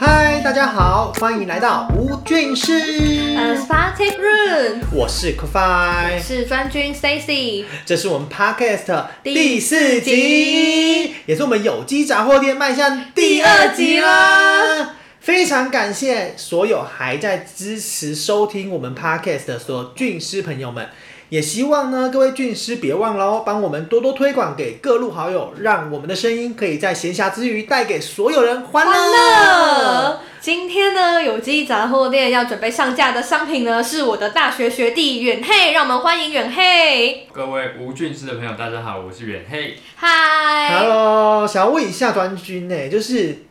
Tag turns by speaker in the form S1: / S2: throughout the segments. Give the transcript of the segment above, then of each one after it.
S1: 嗨，大家好，欢迎来到吴俊士，嗯
S2: 呃 s p a t i c Room
S1: 我是 k o f i
S2: 是专军 Stacy，
S1: 这是我们 Podcast 第
S2: 第
S1: 四
S2: 四
S1: 集
S2: 集，
S1: 也是我们有机杂货店迈向第二集啦。非常感谢所有还在支持收听我们 Podcast 的所有俊师朋友们，也希望呢各位俊师别忘了哦，帮我们多多推广给各路好友，让我们的声音可以在闲暇之余带给所有人欢乐。
S2: 乐。今天呢，有机杂货店要准备上架的商品呢，是我的大学学弟远黑，让我们欢迎远黑。
S3: 各位吴俊师的朋友，大家好，我是远黑。
S2: 嗨，
S1: Hello，想要问一下端君呢、就是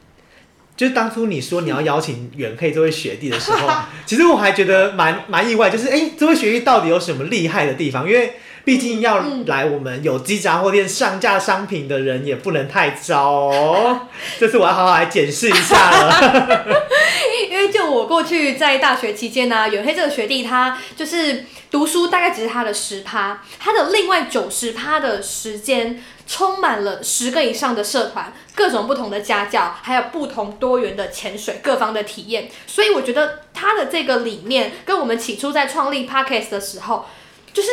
S1: 就是当初你说你要邀请远配这位学弟的时候，其实我还觉得蛮蛮意外，就是哎、诶这位学弟到底有什么厉害的地方？因为毕竟要来我们有机杂货店上架商品的人也不能太糟哦，这次我要好好来检视一下了。
S2: 因为就我过去在大学期间呢、远黑这个学弟他就是读书大概只是他的十趴，他的另外九十趴的时间。充满了十个以上的社团，各种不同的家教，还有不同多元的潜水各方的体验，所以我觉得他的这个理念跟我们起初在创立 Podcast 的时候，就是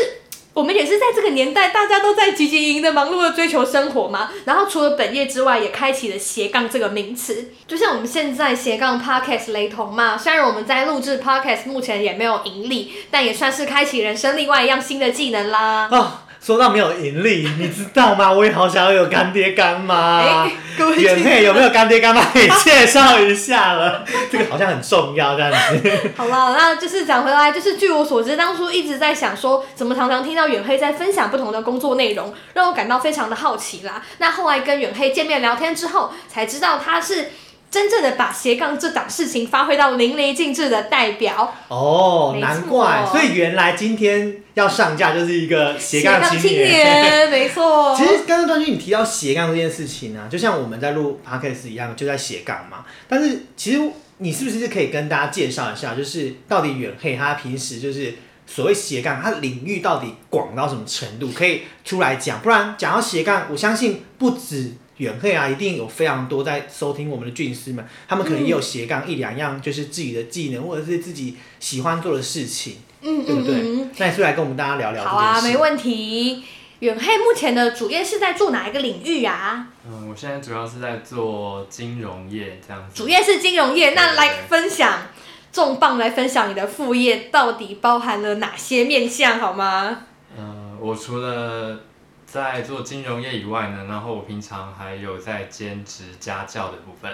S2: 我们也是在这个年代，大家都在汲汲营营的忙碌的追求生活嘛。然后除了本业之外，也开启了斜杠这个名词。就像我们现在斜杠 podcast 雷同嘛，虽然我们在录制 podcast 目前也没有盈利，但也算是开启人生另外一样新的技能啦。
S1: 哦，说到没有盈利，你知道吗？我也好想要有干爹干妈。
S2: 哎各位
S1: 远配有啊没有干爹干妈？可以介绍一下了，这个好像很重要这样子。
S2: 好了，那就是讲回来，就是据我所知，当初一直在想说，怎么常常听到远黑在分享不同的工作内容，让我感到非常的好奇啦。那后来跟远黑见面聊天之后，才知道他是真正的把斜杠这档事情发挥到淋漓尽致的代表。
S1: 哦，
S2: 没
S1: 难
S2: 错
S1: 怪，所以原来今天要上架就是一个斜杠青
S2: 青年，没错。
S1: 其实刚刚段君你提到斜杠这件事情呢、啊，就像我们在录 podcast 一样，就在斜杠嘛。但是其实你是不是可以跟大家介绍一下，就是到底远黑他平时就是所谓斜杠，他领域到底广到什么程度，可以出来讲？不然讲到斜杠，我相信不止。远黑啊，一定有非常多在收听我们的俊师们，他们可能
S2: 嗯
S1: 也有斜杠一两样，就是自己的技能或者是自己喜欢做的事情，
S2: 嗯
S1: 对不
S2: 嗯
S1: 对？
S2: 嗯，
S1: 那你是不是来跟我们大家聊聊这件
S2: 好
S1: 事？
S2: 啊，没问题。远黑目前的主业是在做哪一个领域啊？
S3: 嗯，我现在主要是在做金融业这样子。
S2: 主业是金融业，那
S3: 对
S2: 来分享重磅来分享你的副业到底包含了哪些面向好吗？
S3: 嗯，我除了在做金融业以外呢，然后我平常还有在兼职家教的部分。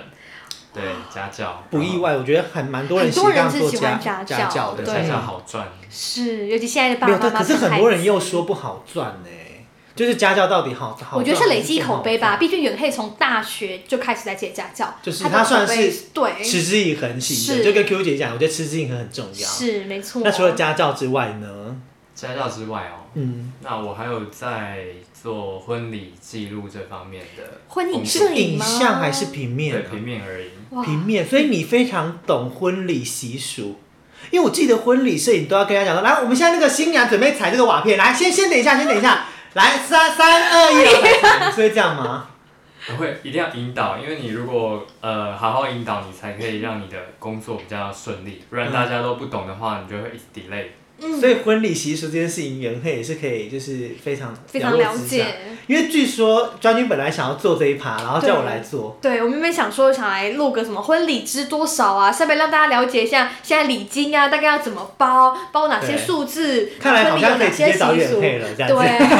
S3: 对，家教
S1: 不意。外，我觉得还蛮多人
S2: 很多人
S1: 斜杠
S2: 是
S1: 做
S2: 喜
S1: 家
S2: 欢家
S1: 家
S2: 教
S1: 教的，
S3: 对，
S2: 对
S3: 家教好赚。
S2: 是，尤其现在的爸
S1: 没有，
S2: 爸
S1: 但
S2: 妈妈
S1: 可是
S2: 生
S1: 很
S2: 孩
S1: 多人
S2: 子
S1: 又说不好赚呢、就是家教到底好好，
S2: 我觉得是
S1: 赚
S2: 累
S1: 还
S2: 积
S1: 不好
S2: 口碑吧，
S1: 赚。
S2: 毕竟远黑从大学就开始在接家教，
S1: 就是
S2: 的
S1: 他算
S2: 口碑
S1: 是
S2: 对，
S1: 持之以恒型的，
S2: 是
S1: 就跟 Q 姐讲，我觉得持之以恒很重要。
S2: 是没错。
S1: 那除了家教之外呢？
S3: 家教之外哦，
S1: 嗯，
S3: 那我还有在做婚礼记录这方面的
S2: 婚
S3: 工
S2: 礼
S3: 作
S2: 摄影
S1: 影
S2: 吗
S1: 像还是平面
S3: 对
S1: 啊、
S3: 平面而已。
S2: 哇
S1: 平面，所以你非常懂婚礼习俗。因为我记得婚礼摄影都要跟他讲说，来，我们现在那个新娘准备踩这个瓦片，来，先先等一下，先等一下，来，三三二一， 然后所以这样吗？
S3: 我会一定要引导，因为你如果呃好好引导，你才可以让你的工作比较顺利。不然大家都不懂的话，你就会一直 delay。
S2: 嗯，
S1: 所以婚礼习俗这件事情，袁佩也是可以，就是非常
S2: 非常了
S1: 之
S2: 解
S1: 下。。因为据说专军本来想要做这一趴，然后叫我来做，
S2: 对，我原本想说想来录个什么婚礼知多少啊，顺便让大家了解一下现在礼金啊大概要怎么包，包哪些
S1: 对
S2: 数字，
S1: 看来好
S2: 婚礼有
S1: 像可以
S2: 哪
S1: 直
S2: 些
S1: 接找
S2: 习
S1: 远
S2: 俗。
S1: 佩了这样
S2: 对，
S1: 子。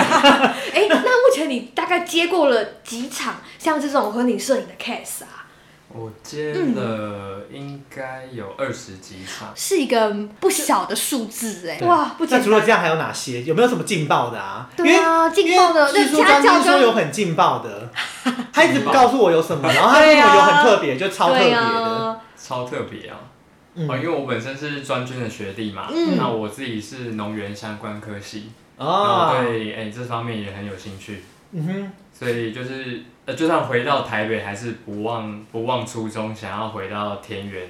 S2: 哎、那目前你大概接过了几场像这种婚礼摄影的 case 啊？
S3: 我接
S1: 嗯
S3: 了应该有二十几场，
S2: 是一个不小的数字哎、
S3: 对
S2: 哇，不
S1: 那
S2: 简
S1: 除了
S2: 单。
S1: 这样还有哪些？有没有什么劲爆的啊？
S2: 对啊
S1: 因为
S2: 劲爆的
S1: 因为
S2: 那
S1: 据说
S2: 家
S1: 专
S2: 教
S1: 军说
S2: 跟
S1: 有很劲爆 的，他一直不告诉我有什么，然后他说
S2: 对啊
S1: 有很特别，就超特别
S2: 对
S1: 的。
S2: 啊，
S3: 超特别啊！
S1: 嗯
S3: 哦，因为我本身是专军的学弟嘛，
S2: 嗯
S3: 那我自己是农园相关科系，然后
S1: 哦，
S3: 对哎、这方面也很有兴趣，
S1: 嗯哼，
S3: 所以就是呃，就算回到台北，还是不忘不忘初衷，想要回到田园，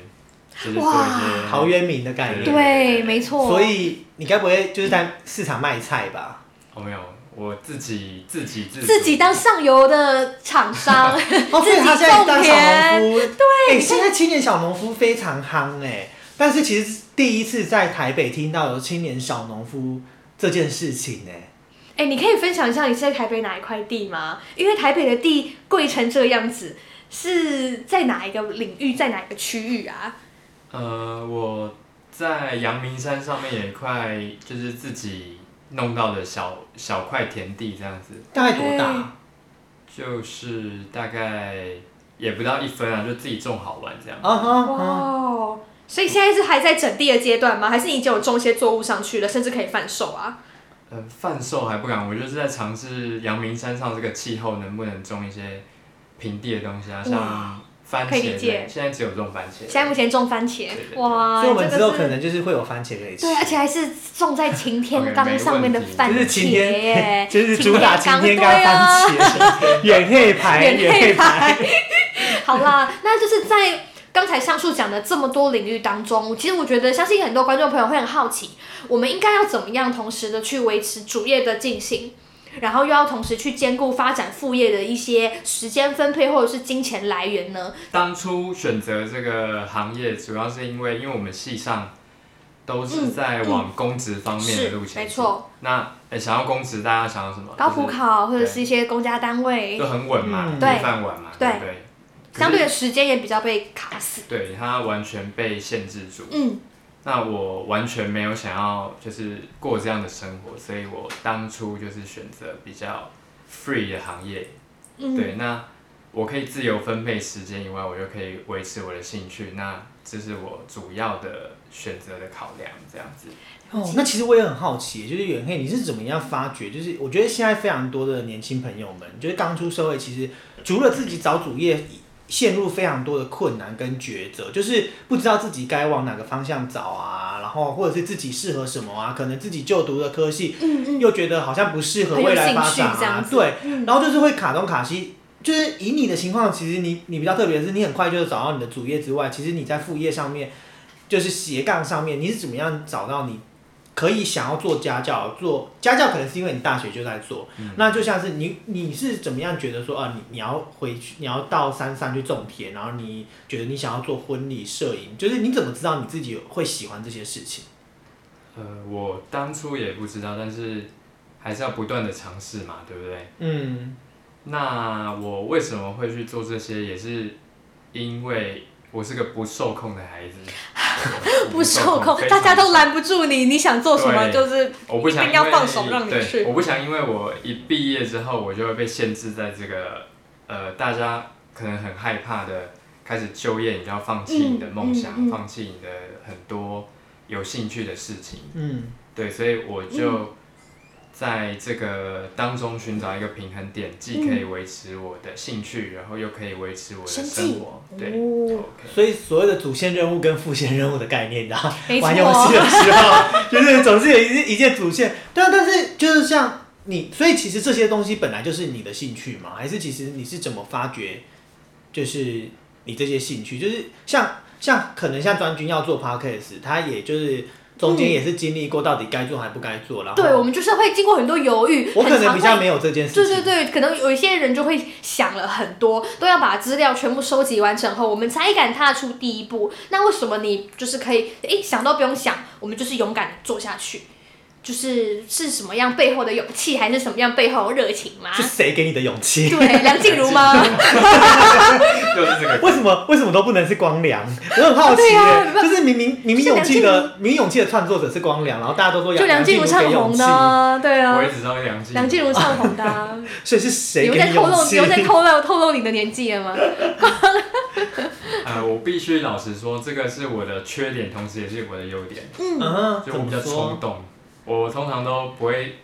S3: 就是做一些
S1: 陶渊明的概
S3: 对
S1: 念。
S2: 对，没错。
S1: 所以你该不会就是在市场卖菜吧？
S3: 哦我没有，我自己自己自
S2: 自己当上游的厂 商，
S1: 哦，所以他现在当小农夫，对，
S2: 你看
S1: 现在青年小农夫非常夯哎、但是其实第一次在台北听到有青年小农夫这件事情哎、
S2: 哎、你可以分享一下你是在台北哪一块地吗？因为台北的地贵成这样子，是在哪一个领域，在哪一个区域啊？
S3: 呃，我在阳明山上面有一块，就是自己弄到的小小块田地，这样子，
S1: 大概多
S2: 哎
S1: 大？
S3: 就是大概也不到一分啊，就自己种好玩这样。
S1: 啊哈
S2: 哇、
S1: 哈，
S2: 哦！所以现在是还在整地的阶段吗？还是你已经有种一些作物上去了，甚至可以贩售啊？
S3: 呃，贩售还不敢，我就是在尝试阳明山上这个气候能不能种一些平地的东西啊，像番
S2: 可以理
S3: 茄
S2: 解
S3: 类，现在只有种番茄。
S2: 现在目前种番茄
S3: 对对，对
S2: 哇，
S1: 所以我们
S2: 这
S1: 之后
S2: 个
S1: 可
S2: 是
S1: 能就是会有番茄可以吃。
S2: 对，而且还是种在 晴天缸上面的番
S1: 就
S2: 茄
S1: 是
S2: 耶，
S1: 晴 天， 就是主打晴天
S2: 缸
S1: 干番
S2: 啊
S1: 茄，远黑 牌，
S2: 远
S1: 远
S2: 配
S1: 黑牌。
S2: 牌。 好啦，那就是在刚才上述讲的这么多领域当中，其实我觉得相信很多观众朋友会很好奇，我们应该要怎么样同时的去维持主业的进行。然后又要同时去兼顾发展副业的一些时间分配或者是金钱来源呢？
S3: 当初选择这个行业，主要是因为因为我们系上都是在往公职方面的
S2: 嗯是
S3: 路，线、
S2: 没。错，
S3: 那、诶想要公职，大家想要什么？
S2: 高普
S3: 就是
S2: 考或者是一些公家单位，
S3: 就很稳嘛，
S1: 嗯
S3: 铁饭碗嘛，
S2: 对
S3: 对不对？
S2: 相对的时间也比较被卡死。
S3: 对它完全被限制住。
S2: 嗯，
S3: 那我完全没有想要就是过这样的生活，所以我当初就是选择比较 free 的行业。
S2: 嗯
S3: 对，那我可以自由分配时间以外，我又可以维持我的兴趣，那这是我主要的选择的考量，这样子。
S1: 哦，那其实我也很好奇，就是远黑你是怎么样发掘？就是我觉得现在非常多的年轻朋友们，就是刚出社会，其实除了自己找主业，陷入非常多的困难跟抉择，就是不知道自己该往哪个方向找啊，然后或者是自己适合什么啊，可能自己就读的科系，
S2: 嗯嗯，
S1: 又觉得好像不适合
S2: 很有
S1: 未来发
S2: 兴趣
S1: 展
S2: 这样
S1: 啊，
S2: 子
S1: 对，
S2: 嗯
S1: 然后就是会卡东卡西。就是以你的情况，其实你你比较特别的是，你很快就找到你的主业之外，其实你在副业上面，就是斜杠上面，你是怎么样找到你可以想要做家教？做家教可能是因为你大学就在做，
S2: 嗯
S3: 嗯
S1: 那就像是你你是怎么样觉得说啊，你你要回去，你要到山上去种田，然后你觉得你想要做婚礼摄影，就是你怎么知道你自己会喜欢这些事情？
S3: 呃，我当初也不知道，但是还是要不断的尝试嘛，对不对？
S1: 嗯，
S3: 那我为什么会去做这些，也是因为我是个不受控 的孩子，我
S2: 不受控，
S3: 非常
S2: 大家都拦不住你，你想做什么
S3: 对
S2: 就是
S3: 我不想
S2: 一定要
S3: 因为
S2: 放手让你
S3: 对
S2: 去
S3: 我不想因为我一毕业之后，我就会被限制在这个呃，大家可能很害怕的开始就业，你就要放弃你的梦想，
S2: 嗯嗯嗯
S3: 放弃你的很多有兴趣的事情。
S1: 嗯，
S3: 对，所以我
S2: 嗯
S3: 就在这个当中寻找一个平衡点，既可以维持我的兴趣，然后又可以维持我
S2: 嗯
S3: 的
S2: 生计
S3: 生活。对
S2: 哦
S3: ，OK。
S1: 所以所谓的主线任务跟副线任务的概念，你知道吗
S2: 没错
S1: 玩游戏的时 候，就是总是有一一件主线。对啊，但是就是像你，所以其实这些东西本来就是你的兴趣嘛，还是其实你是怎么发掘，就是你这些兴趣，就是像像可能像专军要做 podcast，他也就是中间也是经历过到底该做还不该做，然后
S2: 嗯对，我们就是会经过很多犹豫，
S1: 我可
S2: 很
S1: 能
S2: 常
S1: 比较
S2: 会
S1: 没有这件事
S2: 对
S1: 情，
S2: 对对，可能有一些人就会想了很多，都要把资料全部收集完成后，我们才敢踏出第一步。那为什么你就是可以，诶，想都不用想，我们就是勇敢地做下去？就是是什么样背后的勇气，还是什么样背后的热情 吗？
S1: 是谁给你的勇气？
S2: 对，梁静茹 吗？
S3: 就是这个
S1: 为什么为什么都不能是光良？我很好奇、
S2: 对
S1: 耶，
S2: 啊你不
S1: 就是明明明明
S2: 就
S1: 勇
S2: 梁
S1: 气
S2: 静茹
S1: 的明明勇气的创作者是光良，然后大家都说
S2: 就梁静茹唱
S1: 给勇
S2: 红
S1: 气
S2: 的，啊，对
S3: 我
S2: 啊
S3: 也，只知道梁静茹。
S2: 梁静茹唱红的啊。
S1: 所以是 谁
S2: 你
S1: 给
S2: 们在
S1: 你
S2: 透
S1: 勇
S2: 露，
S1: 气
S2: 你？们在透露透露你的年纪 了吗？
S3: 呃，我必须老实说，这个是我的缺点，同时也是我的优点。
S1: 嗯，
S3: 就
S1: 怎
S3: 我比较
S1: 么
S3: 冲
S1: 说？
S3: 动，我通常都不会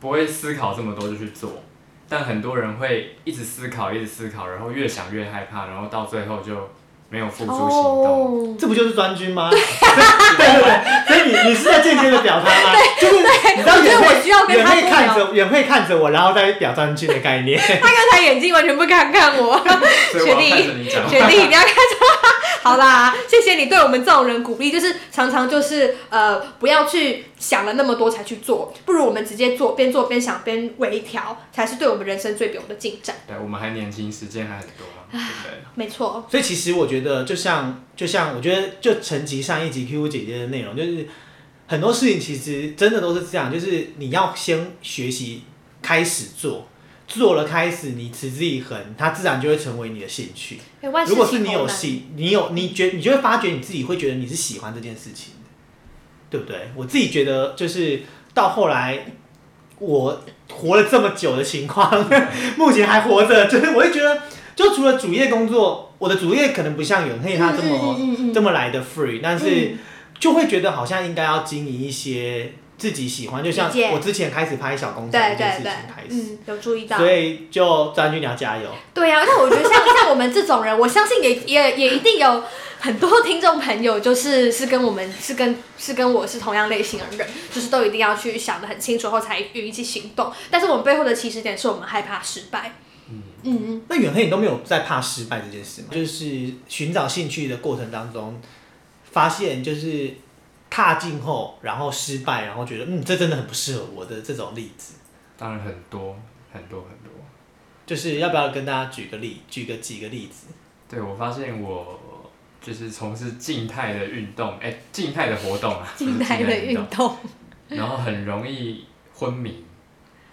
S3: 不会思考这么多就去做，但很多人会一直思考，一直思考，然后越想越害怕，然后到最后就没有付诸行动。
S2: 哦，
S1: 这不就是专军吗？对对对，所以你你是在间接的表他吗？就是你知道
S2: 我觉
S1: 远
S2: 得我需要
S1: 会
S2: 跟
S1: 远
S2: 他
S1: 会
S2: 多
S1: 看
S2: 聊。
S1: 着远会看着我，然后再表专军的概念。
S2: 他刚才眼睛完全不敢看我，
S3: 所以我要看着你讲话。
S2: 决定一定要看着。好啦，谢谢你对我们这种人鼓励，就是常常就是呃不要去想了那么多才去做，不如我们直接做，边做边想边微调，才是对我们人生最有的进展。
S3: 对，我们还年轻，时间还很多嘛，对不对？
S2: 没错，
S1: 所以其实我觉得，就像就像我觉得，就承集上一集 QQ 姐姐的内容，就是很多事情其实真的都是这样，就是你要先学习开始做，做了开始你持之以恒，它自然就会成为你的兴趣。
S2: 哎万事
S1: 如果是你
S2: 起头
S1: 有
S2: 难
S1: 喜，你有你觉，你就会发觉你自己会觉得你是喜欢这件事情的，对不对？我自己觉得就是到后来，我活了这么久的情况， 目前还活着，就是我会觉得，就除了主业工作，我的主业可能不像远黑他这么、
S2: 嗯嗯嗯嗯嗯
S1: 这么来的 free，但是就会觉得好像应该要经营一些自己喜欢，就像
S2: 理解
S1: 我之前开始拍小公仔
S2: 对
S1: 这件
S2: 对
S1: 事情
S2: 对
S1: 开，始，
S2: 嗯，有注意到。
S1: 所以就张军你要加油。
S2: 对呀、啊，那我觉得像 像我们这种人，我相信也也也一定有很多听众朋友，就是是跟我们是跟是跟我是同样类型的人，就是都一定要去想的很清楚后才予以去行动。但是我们背后的起始点是我们害怕失败。嗯嗯，
S1: 那远黑你都没有在怕失败这件事吗？就是寻找兴趣的过程当中，发现就是踏进后，然后失败，然后觉得嗯，这真的很不适合我的这种例子，
S3: 当然很多很多很多。
S1: 就是要不要跟大家举个例，举个几个例子？
S3: 对我发现我就是从事静态的运动，哎，静态的活动啊，不是
S2: 近代的运动，
S3: 然后很容易昏迷，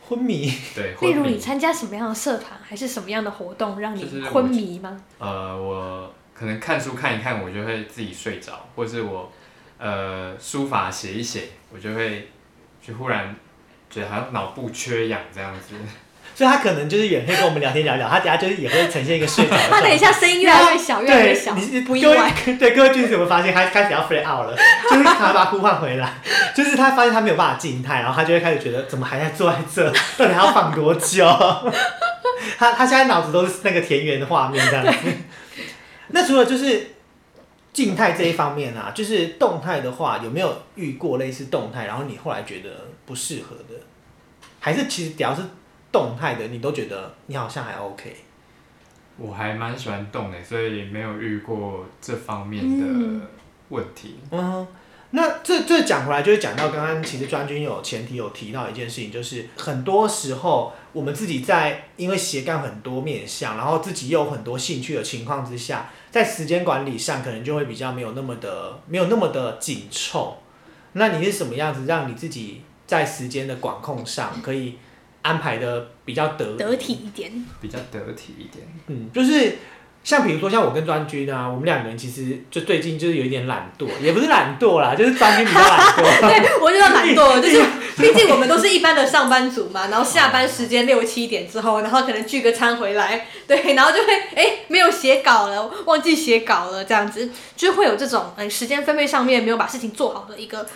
S1: 昏迷，
S3: 对，
S2: 例
S3: 昏
S2: 如你
S3: 迷。
S2: 参加什么样的社团，还是什么样的活动让
S3: 就是
S2: 你
S3: 我
S2: 昏迷吗？
S3: 呃，我可能看书看一看，我就会自己睡着，或是我呃书法写一写，我就会就忽然觉得好像脑部缺氧这样子。
S1: 所以他可能就是远黑跟我们聊天聊一聊，他等下就是也会呈现一个睡 着的状态。
S2: 他等一下声音越来越小，越来越小
S1: 对，你是，
S2: 不意
S1: 各位
S2: 外。。
S1: 对各位君子有没有发现，他开始要 f r e e out 了， 就是他把他呼唤回来，就是他发现他没有办法静态，然后他就会开始觉得怎么还在坐在这，到底还要放多久？ 他他现在脑子都是那个田园的画面这样子。 那除了就是静态这一方面啊，就是动态的话，有没有遇过类似动态，然后你后来觉得不适合的，还是其实只要是动态的，你都觉得你好像还 OK？
S3: 我还蛮喜欢动的，所以没有遇过这方面
S2: 嗯
S3: 的问题。
S1: 嗯，那这这讲回来就是讲到刚刚，其实专军有前提有提到一件事情，就是很多时候我们自己在因为斜杠很多面向，然后自己又有很多兴趣的情况之下，在时间管理上可能就会比较没有那么的没有那么的紧凑。那你是什么样子让你自己在时间的管控上可以安排的比较得
S2: 得体一点，
S3: 比较得体一点。
S1: 嗯，就是像比如说像我跟专军啊，我们两个人其实就最近就是有一点懒惰，也不是懒惰啦，就是专军比较懒惰。
S2: 对 我觉得蛮多的，就是毕竟我们都是一般的上班族嘛，然后下班时间六七点之后，然后可能聚个餐回来， 对，然后就会哎没有写稿了，忘记写稿了，这样子就会有这种嗯时间分配上面没有把事情做好的一个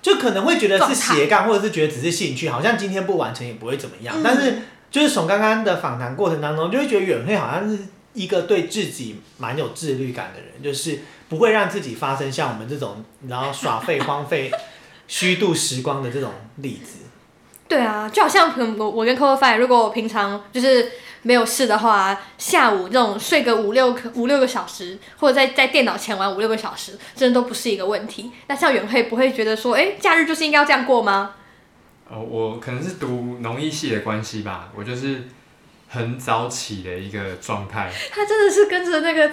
S1: 就可能会觉得是
S2: 状态
S1: 斜杠，或者是觉得只是兴趣，好像今天不完成也不会怎么样。
S2: 嗯
S1: 但是就是从刚刚的访谈过程当中，就会觉得远黑好像是一个对自己蛮有自律感的人，就是不会让自己发生像我们这种然后耍废、荒废、虚度时光的这种例子。
S2: 对啊，就好像嗯我我跟 Coco f i 如果我平常就是没有事的话，下午这种睡个五六个五六个小时，或者在在电脑前玩五六个小时，真的都不是一个问题。那像远慧不会觉得说，哎，假日就是应该要这样过吗？
S3: 哦，我可能是读农艺系的关系吧，我就是很早起的一个状态，
S2: 他真的是跟着那个，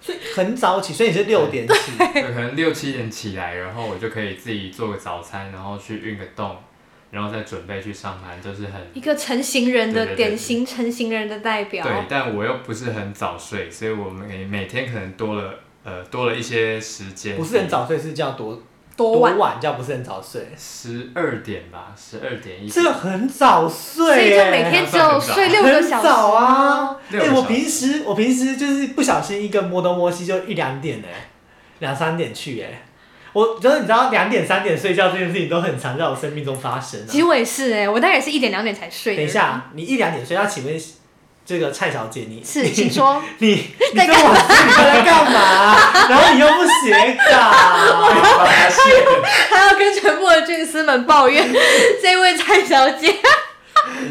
S1: 所以很早起，所以你是六点起，
S3: 对，可能六七点起来，然后我就可以自己做个早餐，然后去运个动，然后再准备去上班，就是很
S2: 一个成型人的
S3: 对对对
S2: 典型成型人的代表。
S3: 对，但我又不是很早睡，所以我每每天可能多了呃多了一些时间，
S1: 不是很，早睡是叫多
S2: 多晚，
S1: 晚叫不是很早睡，
S3: 十二点吧，十二点一
S1: 这 个很早
S2: 所以
S1: 睡耶、
S2: 就每天只有睡六个小
S1: 很
S2: 时
S1: 早啊！哎、
S3: 六个小时
S1: 我平时我平时就是不小心一个摸东摸西就一两点哎、两三点去哎、我就是你知道两点三点睡觉这件事情都很常在我生命中发生、啊
S2: 其。实我也是哎、我大概也是一点两点才睡。
S1: 等一，下，你一两点睡，那请问这个蔡小姐你
S2: 是，请说。
S1: 你你这么晚睡你在干嘛？ 然后你又不写稿，
S3: 发现
S2: 还要跟全部的军师们抱怨这位蔡小姐。
S3: 你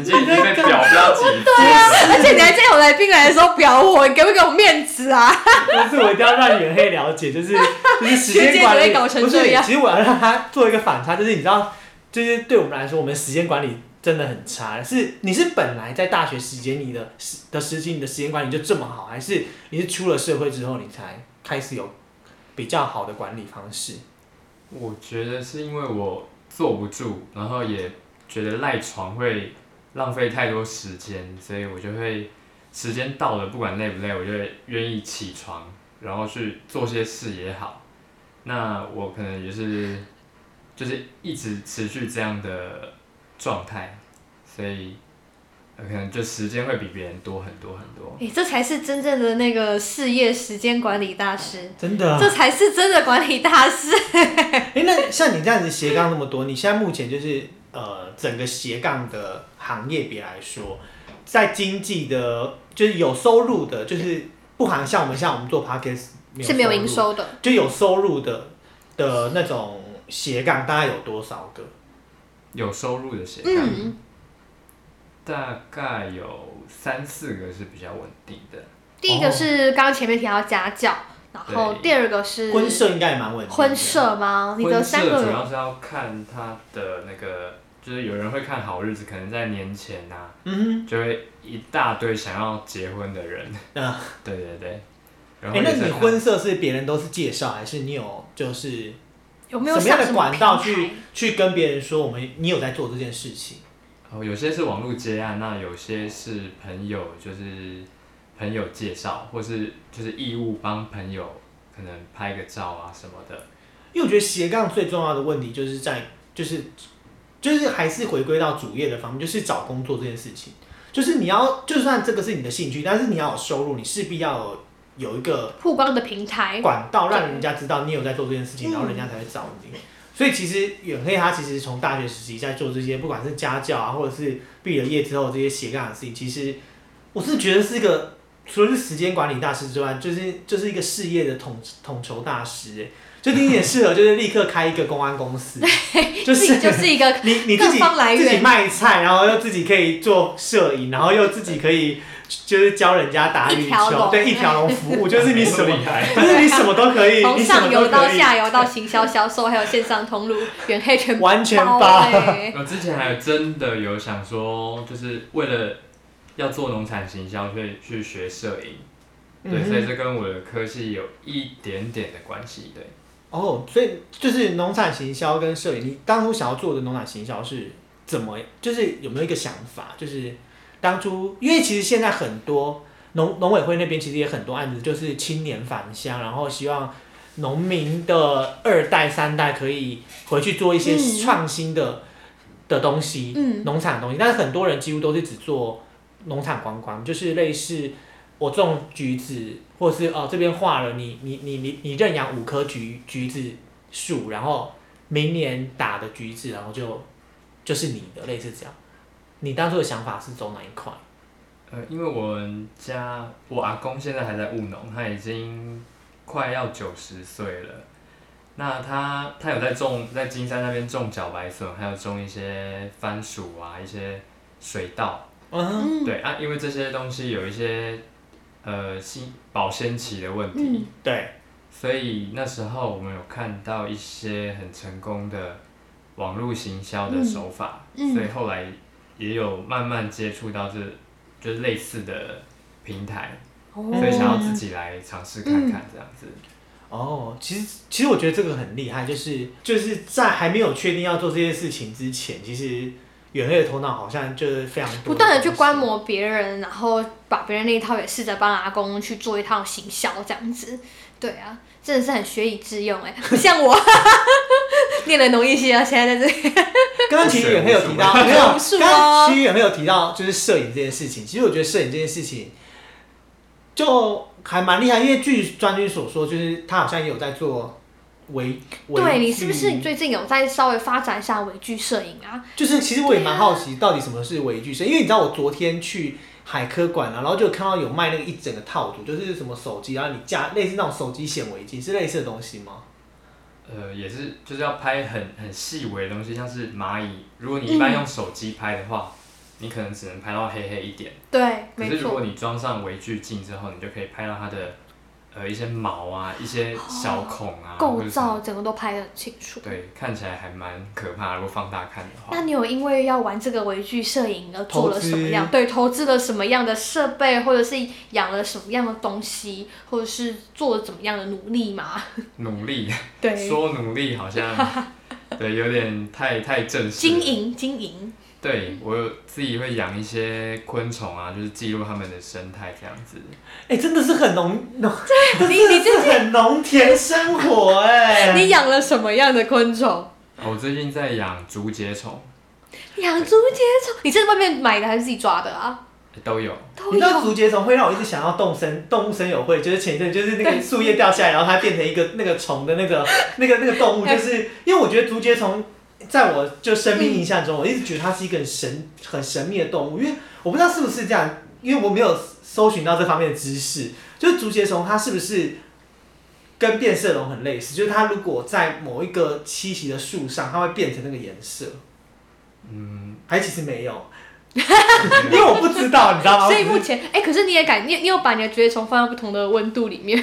S3: 今天已经被表标几次
S2: 对啊，而且你还见我来宾来的时候表我，你给不给我面子啊？
S1: 但是我一定要让远黑了解， 就是就是时
S2: 学姐
S1: 间管
S2: 怎么
S1: 理
S2: 会搞成
S1: 不
S2: 这
S1: 是
S2: 样，
S1: 其实我要让他做一个反差，就是你知道，就是对我们来说，我们时间管理真的很差。是你是本来在大学时间你的时的时期，你的时间管理就这么好，还是你是出了社会之后你才开始有比较好的管理方式？
S3: 我觉得是因为我坐不住，然后也觉得赖床会浪费太多时间，所以我就会时间到了，不管累不累，我就会愿意起床，然后去做些事也好。那我可能也是，就是一直持续这样的状态，所以呃可能就时间会比别人多很多很多。
S2: 哎、这才是真正的那个事业时间管理大师，
S1: 真的啊，
S2: 这才是真的管理大师。
S1: 哎、那像你这样子斜杠那么多，你现在目前就是呃，整个斜杠的行业别来说，在经济的，就是有收入的，就是不含像我们像我们做 podcast
S2: 是没有营
S1: 入，
S2: 收的，
S1: 就有收入的的那种斜杠，大概有多少个？
S3: 有收入的斜杠，
S2: 嗯，
S3: 大概有三四个是比较稳定的。
S1: 哦
S2: 第一个是刚刚前面提到家教，然后
S3: 对
S2: 第二个是
S1: 婚社应该也蛮稳定的。
S2: 婚社吗？你的
S3: 婚
S2: 三
S3: 摄
S2: 个
S3: 主
S2: 人
S3: 要是要看他的那个，就是有人会看好日子，可能在年前呐、啊
S1: 嗯
S3: 就会一大堆想要结婚的人。
S1: 哼，啊，
S3: 对对对。
S1: 哎、
S3: 然后也
S1: 那
S3: 是
S1: 你
S3: 看
S1: 婚社是别人都是介绍，还是你有就是
S2: 有没有
S1: 什么样
S2: 上
S1: 的
S2: 什么
S1: 管道
S2: 平
S1: 去
S2: 台？
S1: 去跟别人说我们你有在做这件事情？
S3: 哦，有些是网络接案，那有些是朋友，就是朋友介绍，或是就是义务帮朋友可能拍个照啊什么的。
S1: 因为我觉得斜杠最重要的问题就是在就是就是还是回归到主业的方面，就是找工作这件事情。就是你要就算这个是你的兴趣，但是你要有收入，你势必要有有一个
S2: 曝光的平台，
S1: 管道让人家知道你有在做这件
S2: 嗯
S1: 事情，然后人家才会找你。所以其实远黑他其实从大学时期在做这些，不管是家教啊，或者是毕了业之后这些斜杠的事情，其实我是觉得是一个除了是时间管理大师之外，就是就是一个事业的统统筹大师、欸。就你也适合，就是立刻开一个公安公 司，就
S2: 自己
S1: 是
S2: 就是一个
S1: 你你自己
S2: 各方来源
S1: 自己卖菜，然后又自己可以做摄影，然后又自己可以就是教人家打
S2: 一
S1: 羽
S2: 条
S1: 球，
S2: 龙
S1: 对，一条龙服务，就是你什么
S3: 厉害？
S1: 就是你什么都 可以，
S2: 从
S1: 你什
S2: 上
S1: 么
S2: 游
S1: 都
S2: 到
S1: 可以，
S2: 下游到行销销售，还有线上通路，远黑全
S1: 完全
S2: 包
S1: 包。
S2: 哎。
S3: 我之前还有真的有想说，就是为了要做农产行销，所以去学摄影。对，所以
S1: 嗯
S3: 这跟我的科系有一点点的关系。对，
S1: 哦，所以就是农产行销跟摄影，你当初想要做的农产行销是怎么？就是有没有一个想法？就是当初，因为其实现在很多农农委会那边其实也很多案子，就是青年返乡，然后希望农民的二代、三代可以回去做一些
S2: 嗯
S1: 创新的、的东西。
S2: 嗯，
S1: 农场的东西，但是很多人几乎都是只做农场观光，就是类似我种橘子，或是哦这边画了你你你你你认养五棵橘橘子树，然后明年打的橘子，然后就就是你的，类似这样。你当初的想法是走哪一块？
S3: 呃，因为我们家我阿公现在还在务农，他已经快要九十岁了。那他他有在种，在金山那边种茭白笋，还有种一些番薯啊，一些水稻。
S1: 嗯，
S2: 嗯，
S3: 对啊，因为这些东西有一些呃新保鲜期的问题。
S2: 嗯，
S1: 对，
S3: 所以那时候我们有看到一些很成功的网络行销的手法，
S2: 嗯嗯
S3: 所以后来也有慢慢接触到这就是类似的平台，
S2: 哦
S3: 所以想要自己来尝试看看这样子。
S1: 哦，其实其实我觉得这个很厉害，就是就是在还没有确定要做这件事情之前，其实远黑的头脑好像就是非常多
S2: 不断的去
S1: 东西
S2: 观摩别人，然后把别人那一套也试着帮阿公去做一套行销，这样子。对啊，真的是很学以致用哎、不像我 念了农艺系啊，现在在这里
S1: 刚刚其实远黑有提到，没有，
S2: 无数
S1: 刚
S2: 哦
S1: 刚其实远黑有提到就是摄影这件事情。其实我觉得摄影这件事情就还蛮厉害，因为据专军所说，就是他好像也有在做微微
S2: 对你
S1: 剧
S2: 是不是你最近有在稍微发展一下微距摄影啊？
S1: 就是其实我也蛮好奇，到底什么是微距摄影？因为你知道我昨天去海科馆啊，然后就看到有卖那个一整个套组，就是什么手机，然啊后你架类似那种手机显微镜，是类似的东西吗？
S3: 呃，也是就是要拍很很细微的东西，像是蚂蚁，如果你一般用手机拍的话，你可能只能拍到黑黑一点。
S2: 对，
S3: 可
S2: 没
S3: 是如
S2: 错
S3: 果，你装上微距镜之后，你就可以拍到它的呃一些毛啊、一些小孔啊，或
S2: 构
S3: 者是
S2: 造整个都拍得很清楚。
S3: 对，看起来还蛮可怕的。如果放大看的话
S2: 那，你有因为要玩这个微距摄影而做了
S1: 投资
S2: 什么样？对，投资了什么样的设备，或者是养了什么样的东西，或者是做了怎么样的努力吗？
S3: 努力
S2: 嗯对，
S3: 说努力 好像对有点太太正式
S2: 经
S3: 了。
S2: 营经 营，
S3: 对我有自己会养一些昆虫啊，就是记录它们的生态这样子。
S1: 哎、真的是很农 农，
S2: 你你
S1: 这
S2: 自
S1: 是很农田生活哎、
S2: 你养了什么样的昆虫？
S3: 哦我最近在养竹节虫，
S2: 养竹节虫，你这是外面买的还是自己抓的啊？
S3: 都有。
S2: 都
S1: 你知道
S2: 有。啊
S1: 竹节虫会让我一直想要动身动物森友会，就是前一阵就是那个树叶掉下来，然后它变成一个那 个虫的那个那个那个动物，就是因为我觉得竹节虫在我就生命印象中，我一直觉得它是一个很神很神秘的动物，因为我不知道是不是这样，因为我没有搜寻到这方面的知识，就是竹节虫它是不是跟变色龙很类似，就是它如果在某一个栖息的树上，它会变成那个颜色，
S3: 嗯，
S1: 还其实没有， 因为我不知道，你知道吗？
S2: 所以目前，哎、可是你也改，你你有把你的竹节虫放到不同的温度里面，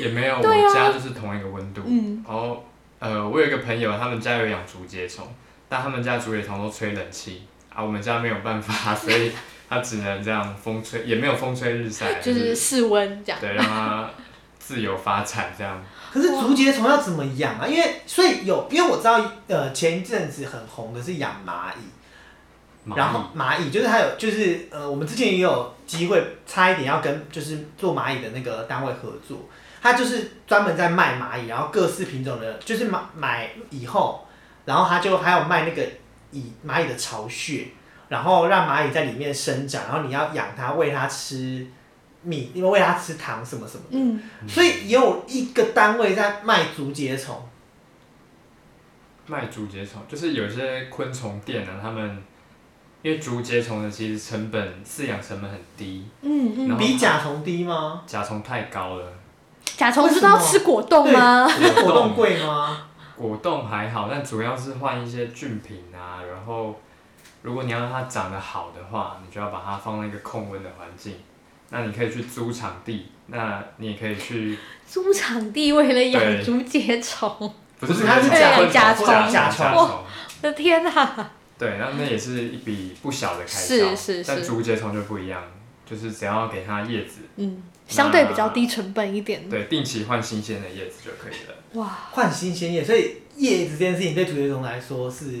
S3: 也没有，
S2: 对啊
S3: 我家就是同一个温度。
S2: 嗯，
S3: 然后呃，我有一个朋友，他们家有养竹节虫，但他们家竹节虫都吹冷气啊，我们家没有办法，所以他只能这样风吹，也没有风吹日 晒，
S2: 就是室温这样。
S3: 对，让它自由发展这样。
S1: 可是竹节虫要怎么养啊？因为所以有，因为我知道，呃，前一阵子很红的是养蚂蚁，
S3: 蚂
S1: 然后
S3: 蚁
S1: 蚂蚁就是它有，就是呃，我们之前也有机会呃差一点要跟就是做蚂蚁的那个单位合作，它就是专门在卖蚂蚁，然后各式品种的，就是买买以后，然后它就还有卖那个蚁蚂蚁的巢穴，然后让蚂蚁在里面生长，然后你要养它，喂它吃米，因为喂它吃糖什么什么的。
S2: 嗯，
S1: 所以也有一个单位在卖竹节虫，
S3: 卖竹节虫，就是有些昆虫店呢、啊，他们因为竹节虫的其实成本饲养成本很低，
S2: 嗯嗯，
S3: 然后
S1: 比甲虫低吗？
S3: 甲虫太高了。
S2: 甲虫不是都要吃果冻吗？
S1: 那果
S3: 果
S1: 冻
S3: 冻
S1: 贵吗？
S3: 果冻还好，但主要是换一些菌品啊，然后如果你要让它长得好的话，你就要把它放在一个控温的环境。那你可以去租场地，那你也可以去，
S2: 租场地为了养
S3: 对
S2: 竹节虫，
S3: 不
S1: 不
S3: 是
S1: 是它是
S3: 甲
S2: 对甲虫
S3: 甲
S1: 甲虫
S3: 虫，甲虫
S2: 我的天哪、
S3: 对，那那也是一笔不小的开销。
S2: 是是
S3: 但
S2: 是
S3: 竹节虫就不一样，就是只要给它叶子，
S2: 嗯，相对比较低成本一点。
S3: 对，定期换新鲜的叶子就可以了。
S2: 哇，
S1: 换新鲜叶，所以叶子这件事情对竹节虫来说是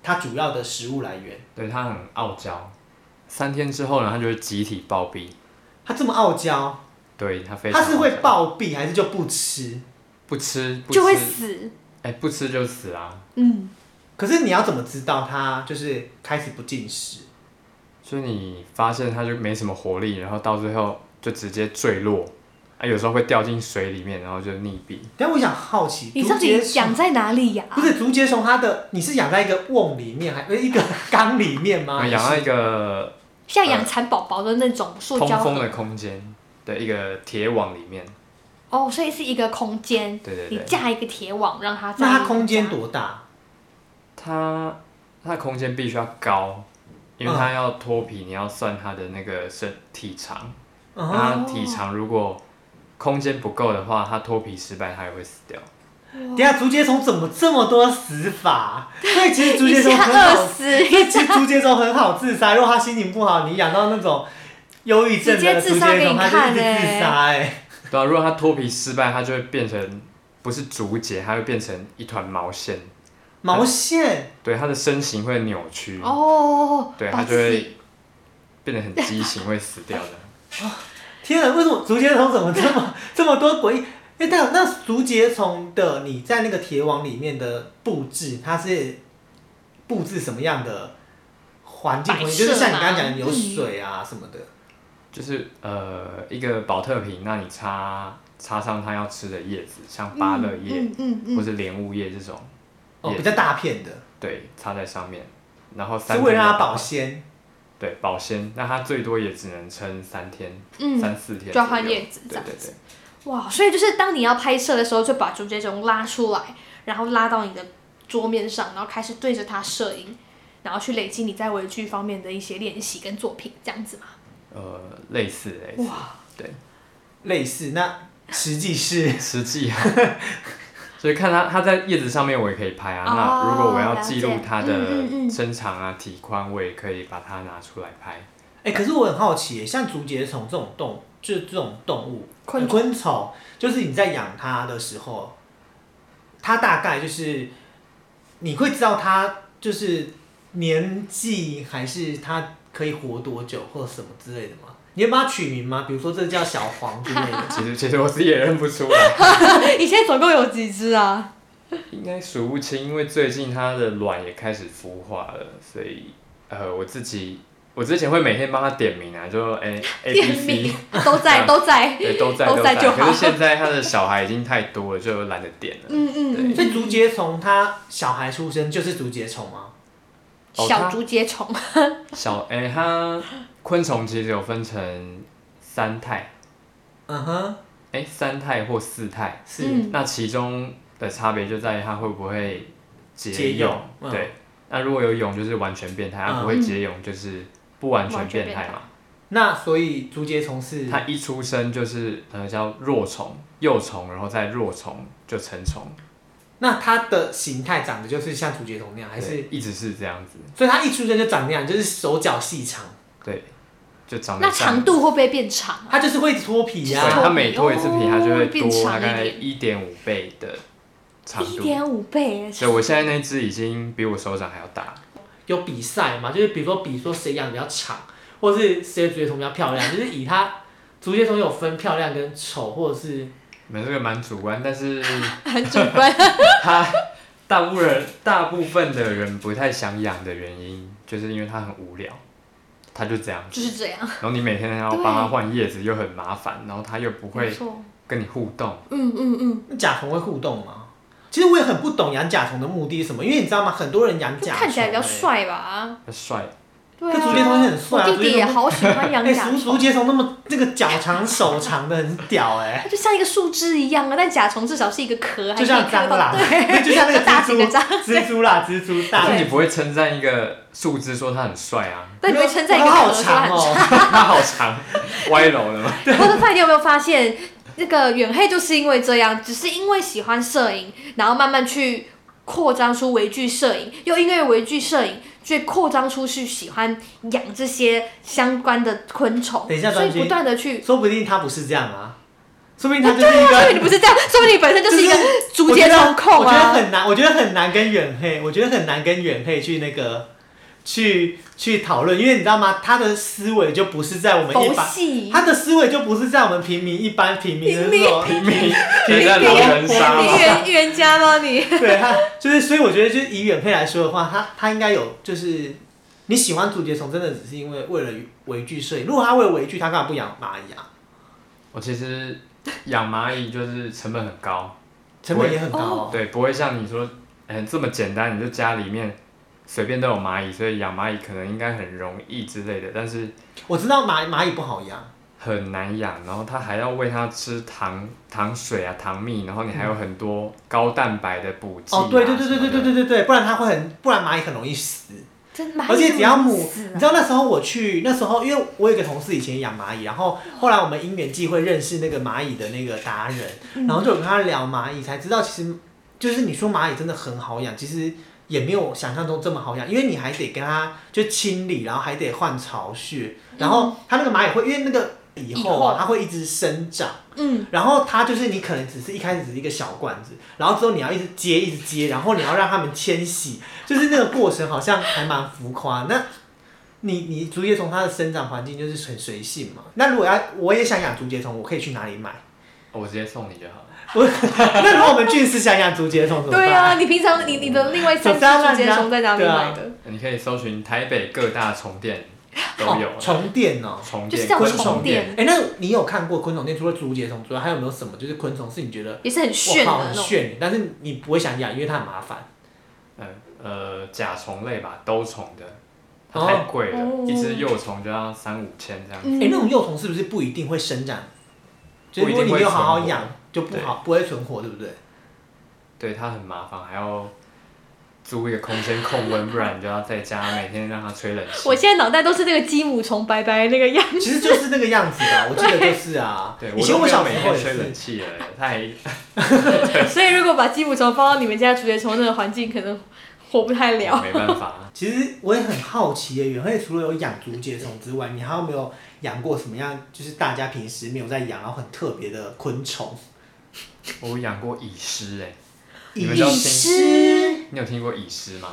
S1: 它主要的食物来源。
S3: 对，它很傲娇，三天之后呢，它就会集体暴毙。
S1: 它这么傲娇，
S3: 对，它非常
S1: 它
S3: 傲娇。
S1: 是会暴毙还是就不吃？
S3: 不吃，不吃
S2: 就会死。
S3: 哎、不吃就死啊！
S2: 嗯，
S1: 可是你要怎么知道它就是开始不进食？
S3: 所以你发现它就没什么活力，然后到最后就直接坠落，啊，有时候会掉进水里面，然后就溺毙。
S1: 但我想好奇，
S2: 你到
S1: 竹
S2: 底
S1: 节虫
S2: 养在哪里呀、
S1: 不是竹节虫，它的你是养在一个瓮里面，还呃一个缸里面
S2: 啊
S1: 吗？
S3: 我嗯养到一个
S2: 像养蚕宝宝的那种塑
S3: 通
S2: 胶
S3: 风
S2: 盒
S3: 的空间的一个铁网里面，
S2: 哦，所以是一个空间，
S3: 对对
S2: 你
S3: 对，
S2: 架一个铁网让它在。
S1: 那它空间？多大？
S3: 它它的空间必须要高，因为它要脱皮，你要算它的那个身体长，
S2: 哦
S1: 嗯哼
S3: 那它体长如果空间不够的话，它脱皮失败，它也会死掉。
S1: 哦等一下竹节虫怎么这么多死法？所以其实竹
S2: 一
S1: 节虫
S2: 下
S1: 很
S2: 饿
S1: 好，
S2: 死，
S1: 所以其实竹节虫很好自杀。如果它心情不好，你养到那种忧郁症
S2: 直接
S1: 的
S2: 自
S1: 竹
S2: 杀
S1: 节
S2: 给
S1: 虫，
S2: 你
S1: 它就
S2: 看欸
S1: 一直自杀哎、
S3: 对啊，如果它脱皮失败，它就会变成不是竹节，它会变成一团毛线。
S1: 毛线，
S3: 对，它的身形会扭曲，
S2: 哦，
S3: 对
S2: 把
S3: 它就
S2: 自
S3: 会
S2: 己
S3: 变得很畸形，会死 掉的。
S1: 天哪！为什么竹节虫怎么这么这么多诡异？哎、但那竹节虫的你在那个铁网里面的布置，它是布置什么样的环境？
S2: 摆设
S1: 就是像你刚刚讲的
S2: 吗嗯
S1: 有水啊什么的。
S3: 就是呃，一个保特瓶，那你插插上它要吃的叶子，像芭乐叶、
S2: 嗯嗯嗯
S3: 或
S2: 嗯，
S3: 是莲雾叶这种，
S1: 哦，
S3: 也
S1: 比较大片的，
S3: 对，插在上面，然后三
S1: 是为了
S3: 天
S1: 让
S3: 内
S1: 它保鲜。
S3: 对保鲜，那它最多也只能撑三天、
S2: 嗯
S3: 三四天左右，
S2: 就要换叶子这
S3: 对
S2: 样
S3: 对
S2: 子
S3: 对，
S2: 哇，所以就是当你要拍摄的时候，就把竹节虫拉出来，然后拉到你的桌面上，然后开始对着它摄影。然后去累积你在微剧方面的一些练习跟作品，这样子吗？
S3: 呃，类似类似，
S2: 哇，
S1: 类似，那实际是
S3: 实际 啊，就是看它它在叶子上面我也可以拍啊。
S2: 哦
S3: 那如果我要
S2: 了
S3: 记
S2: 解
S3: 录它
S2: 嗯嗯
S3: 的
S2: 嗯
S3: 身长啊、体宽，我也可以把它拿出来拍。。
S1: 哎、可是我很好奇耶，像竹节虫这种动，就是这种动物，
S2: 昆
S1: 呃昆虫，就是你在养它的时候，它大概就是你会知道它就是年纪还是它可以活多久或什么之类的吗？你会帮它取名吗？比如说这叫小黄之类 的
S3: 其实其 实我自己也认不出来，
S2: 你现在总共有几只啊？
S3: 应该数不清，因为最近它的卵也开始孵化了，所以呃，我自己我之前会每天帮它点名啊，就哎 A B
S2: 店
S3: C
S2: 名。都 在都在，
S3: 对，都在
S2: 都在就好
S3: 可是现在它的小孩已经太多了，就懒得点了。
S2: 嗯嗯
S1: 所以竹节虫它小孩出生就是竹节虫吗？
S3: 哦
S2: 嗯，
S3: 它
S2: 小竹节虫，
S3: 小哎、它昆虫其实有分成三态，
S1: 嗯哼，
S3: 哎、三态或四态，
S1: 是。
S2: 嗯，
S3: 那其中的差别就在于它会不会结
S1: 结蛹嗯
S3: 对，那如果有蛹就是完全变态，它不会结蛹就是不完全变态嘛。
S1: 那所以竹节虫是
S3: 它一出生就是呃叫弱虫、幼虫，然后再弱虫就成虫，
S1: 那它的形态长得就是像竹节虫那样，还是
S3: 对一直是这样子，
S1: 所以它一出生就长那样，就是手脚细长，
S3: 对，就长得
S2: 那
S3: 像
S2: 长度会不会变长啊？
S1: 它就是会一直脱皮呀、
S3: 对，
S2: 长
S1: 啊。
S3: 它每脱一次皮，它就会
S2: 哦变
S3: 多
S2: 长
S3: 大概
S2: 一
S3: 一点五倍的长
S2: 一
S3: 度。
S2: 点五倍耶，
S3: 所以我现在那只已经比我手掌还要大。
S1: 有比赛嘛，就是比如说比说谁养得比较长，或是谁的竹节虫比较漂亮，就是以它竹节虫有分漂亮跟丑，或者是
S3: 你们这个蛮主观，但是
S2: 很主观。
S3: 它大部分人大部分的人不太想养的原因，就是因为它很无聊，它就这样。
S2: 就是这样，
S3: 然后你每天要帮它换叶子又很麻烦，然后它又不
S2: 没
S3: 会
S2: 错。
S3: 跟你互动。
S2: 嗯嗯嗯，
S1: 那甲虫会互动吗？其实我也很不懂养甲虫的目的是什么，因为你知道吗？很多人养
S2: 就
S1: 甲虫、
S2: 看起来比较
S1: 欸。
S2: 帅吧？
S3: 它帅，
S2: 对
S1: 可
S2: 啊，
S1: 竹节虫也很帅啊
S2: 我弟弟也好 喜欢养
S1: 哎、
S2: 甲
S1: 竹
S2: 虫
S1: 竹，节虫那么那个脚长手长的很屌哎、
S2: 它就像一个树枝一样啊，但甲虫至少是一个壳，
S1: 就像
S2: 还可以看
S1: 蟑
S2: 得到
S1: 螂，就 像那个
S2: 大
S1: 蜘
S2: 型的
S1: 蛛，
S2: 蟑
S1: 蜘蛛啦，蜘蛛大
S3: 但
S1: 的
S3: 是你不会称赞一个树枝说它很帅啊，
S2: 但你会称赞一个
S1: 它好
S2: 壳说它
S1: 长
S2: 很
S1: 哦、
S3: 它好长，歪楼了 嘛。
S2: 或者范，你有没有发现，那个远黑就是因为这样，只是因为喜欢摄影，然后慢慢去扩张出微距摄影，又因为微距摄影，去扩张出去喜欢养这些相关的昆虫，
S1: 等一下
S2: 所以
S1: 专辑
S2: 不断的去。
S1: 说不定他不是这样啊，说不定他就是一个
S2: 说明你不是这样，说明你本身就是一个啊竹节虫控
S1: 我觉得
S2: 啊！
S1: 很难，我觉得很难跟远黑，我觉得很难跟远黑去那个去去讨论，因为你知道吗？他的思维就不是在我们一
S2: 佛
S1: 般，
S2: 系，
S1: 他的思维就不是在我们平民一般平民的那种平民，
S3: 你在狼 人杀
S2: 你
S1: 啊
S3: 吗？
S2: 冤冤家吗你？
S1: 对他就是，所以我觉得就是以远黑来说的话，他他应该有就是。你喜欢竹节虫，真的只是因为为了围具睡。如果他为了围具，他干嘛不养蚂蚁啊？
S3: 我其实养蚂蚁就是成本很高，
S1: 成本也很高、哦。
S3: 对，不会像你说，嗯、这么简单，你就家里面随便都有蚂蚁，所以养蚂蚁可能应该很容易之类的，但是
S1: 我知道蚂蚂蚁不好养，
S3: 很难养，然后它还要喂它吃糖糖水啊、糖蜜，然后你还有很多高蛋白的补剂、啊
S1: 哦，对对对对对对
S3: 什么的
S1: 对对对，不然它会很，不然蚂蚁很容易死。
S2: 真蚂蚁
S1: 而且只要母啊
S2: 死，啊
S1: 你知道那时候我去，那时候因为我有一个同事以前养蚂蚁，然后后来我们因缘际会认识那个蚂蚁的那个达人，然后就有跟他聊蚂蚁，才知道其实就是你说蚂蚁真的很好养，其实也没有想象中这么好养，因为你还得跟它就清理，然后还得换巢穴，然后它那个蚂蚁会因为那个以后
S2: 以
S1: 啊
S2: 后，
S1: 它会一直生长。
S2: 嗯，
S1: 然后它就是你可能只是一开始只是一个小罐子，然后之后你要一直接一直接，然后你要让它们迁徙，就是那个过程好像还蛮浮夸。那你你竹节虫它的生长环境就是很随性嘛。那如果要我也想养竹节虫，我可以去哪里买？
S3: 哦我直接送你就好了。
S1: 那如果我们俊师想养竹节虫怎么办？
S2: 对啊，你平常你你的另外三
S1: 手上要
S2: 只竹节
S1: 让人
S2: 虫
S1: 家
S2: 在哪里
S1: 对啊
S2: 买的？
S3: 你可以搜寻台北各大宠店都有啊
S1: 哦，重电哦。
S3: 宠
S2: 就是
S3: 店、
S2: 叫
S3: 昆
S2: 宠
S3: 虫
S2: 店，
S3: 店。
S1: 哎，那你有看过昆虫店？除了竹节虫之外，还有没有什么就是昆虫是你觉得
S2: 也是很
S1: 我
S2: 炫的
S1: 靠
S2: 那
S1: 很
S2: 种。
S1: 炫，但是你不会想养，因为它很麻烦。
S3: 嗯呃，甲虫类吧，兜虫的，它
S1: 哦
S3: 太贵了，
S2: 哦
S3: 一只幼虫就要三五千这样。
S2: 嗯
S1: 哎、那种幼虫是不是不一定会生长？就是如果你没有好好养，就不好不会存活，对不对？
S3: 对，它很麻烦，还要租一个空间控温，不然你就要在家每天让它吹冷气
S2: 我。现在脑袋都是那个鸡母虫白白那个样
S1: 其实就是那个样子 吧，我记得就是啊。
S3: 对，
S1: 以
S3: 我
S1: 前
S3: 都
S1: 我
S3: 没有
S1: 小时
S3: 每
S1: 候
S3: 天
S1: 也
S3: 吹冷
S1: 是，
S3: 气了， 太
S2: 子，所以如果把鸡母虫放到你们家竹节虫那个环境，可能活不太了。
S3: 没办法。
S1: 其实我也很好奇耶，远慧除了有养竹节虫之外，你还有没有养过什么样？就是大家平时没有在养，然后很特别的昆虫？
S3: 我养过蚁狮哎，你们
S1: 蚁
S3: 知道
S2: 蚁
S1: 狮
S2: 狮
S3: 你有听过蚁狮吗？